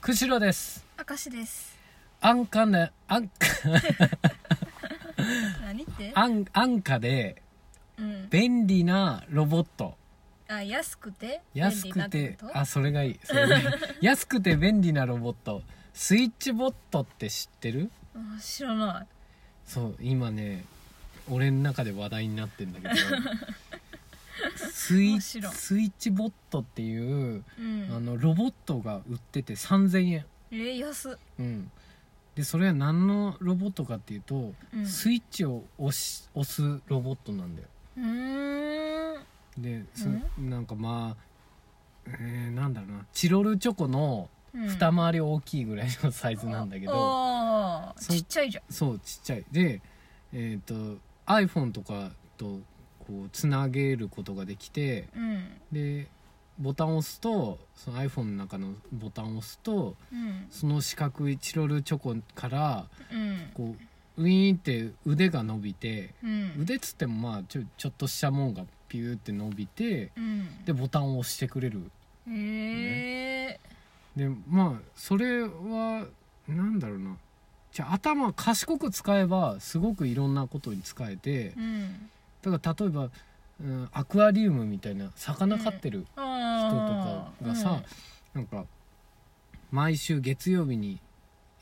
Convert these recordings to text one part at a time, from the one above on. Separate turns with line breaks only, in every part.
釧路です
明石です
安価ね安価
何って
安安価で
うん
便利なロボット
あ安くて
安
便利な
く
ってこと
あそれがいいそれ がいい安くて便利なロボットスイッチボットって知ってる
あ知らない
そう今ね俺の中で話題になってんだけどスイ
面
スイ
白い
ッチボットっていう、
う
あ
ん
のロボットが売ってて3000円
えー安っ
うんでそれは何のロボットかっていうと、
うん
スイッチを押し押すロボットなんだよ
うーん
で、す
う
なんかまあえー、なんだろうなチロルチョコの
うん
二回り大きいぐらいのサイズなんだけど、
あー
そう
ちっちゃいじゃん
そうちっちゃいでえっ、と iPhone とかとこうつなげることができて
うん
でボタンを押すとその iPhone の中のボタンを押すと
うん
その四角いチロルチョコから
うん
こうウィーンって腕が伸びて
うん
腕っつってもまあちょちょっとしたもんがピューって伸びて
うん
でボタンを押してくれる
え
でまあそれはなんだろうなじゃあ頭賢く使えばすごくいろんなことに使えて
ーうん
だから例えば、うん、アクアリウムみたいな魚飼ってる人と
あ
か
ー
がさ、なんか毎週月曜日に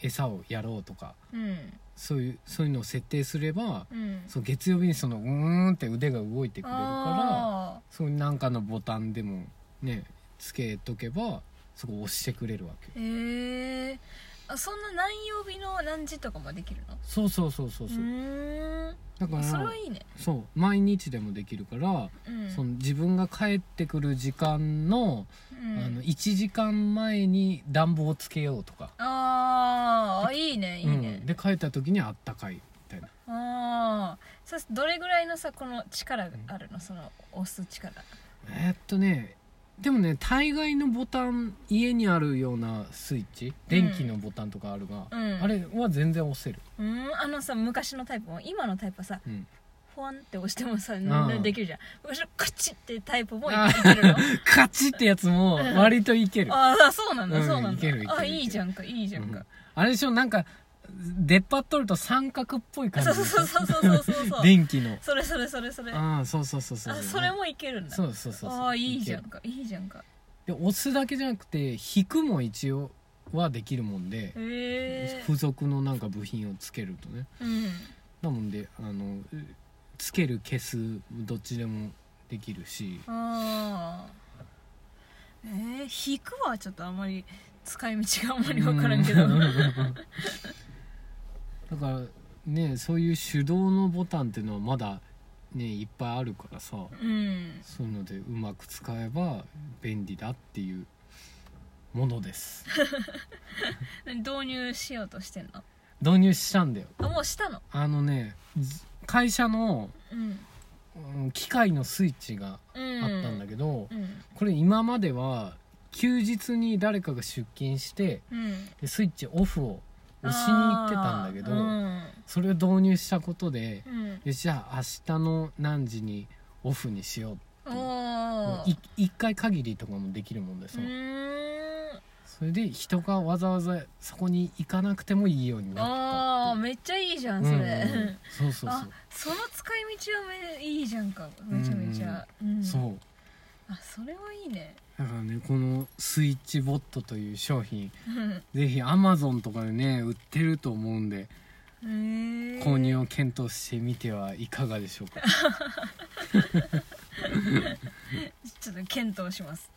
餌をやろうとか
うん
そういうそういうのを設定すれば
うん
そう月曜日にそのうーんって腕が動いてくれるから
あ
そうなんかのボタンでもねつけとけばそこ押してくれるわけよ
ーへえあそんな何曜日の何時とかもできるの
そうそうそうそう
う
そう
ーん
だから
それはいいね
そう毎日でもできるから、
うん
その自分が帰ってくる時間の,、
うん
あの1時間前に暖房をつけようとか
あーあいいねいいね
うん、、で帰った時にあったかいみたいな
ああそどれぐらいのさこの力があるのその押す力
えーっとねでもね大概のボタン家にあるようなスイッチ電気のボタンとかあるが、
うん
あれは全然押せる、
うんあのさ昔のタイプも今のタイプはさ
うん、
フワンって押してもさ
ん
できるじゃん後ろカチッってタイプもい
あー
い けるの
カチってやつも割といける
ああそうなんだ、
うん
そうなんだ
いけるいけるいける
あいいじゃんかいいじゃん
うん
か、
あれでしょなんか出っ張っとると三角っぽい感じ
そう
でし
そ
ょ
うそうそうそうそうそう
電気の
それそれそれそれあ
ああそうそうそうそう
それもいけるんだ
そうそうそうそう
ああいいじゃん
け
かいいじゃんか
るで押すだけじゃなくて引くも一応はできるもんで
へえ
付属のなんか部品をつけるとね
うん
なもんであのつける消すどっちでもできるし
ああえー、引くはちょっとあんまり使い道があんまり分からんけど
う
うんん
だからねそういう手動のボタンっていうのはまだねいっぱいあるからさそういうのでうまく使えば便利だっていうものです
何導入しようとしてんの
導入したんだよ
あもうしたの
あのねじ会社の、
うん
うん機械のスイッチが
うん
あったんだ
け
けど、
うん
これ今までは休日に誰かが出勤して
うん
でスイッチオフを押しに行ってたんだけど、
あー
それを導入したことで
うん、うん
よしじゃあ明日の何時にオフにしよう
おー
い一回限りとかもできるもんで
う
す
ーん
それで人がわざわざそこに行かなくてもいいように
あ
なったっ
あ
ていう
めっちゃいいじゃん
う
そ
ん
れ、
うんうんそうそうそ
あ
う
その使い道はめいいじゃんかめちゃめちゃ、うん
そう
あそれはいいね
だからねこのスイッチボットという商品
うん
ぜひアマゾンとかでね売ってると思うんで
へえ
購入を検討してみてはいかがでしょうか
ちょっと検討します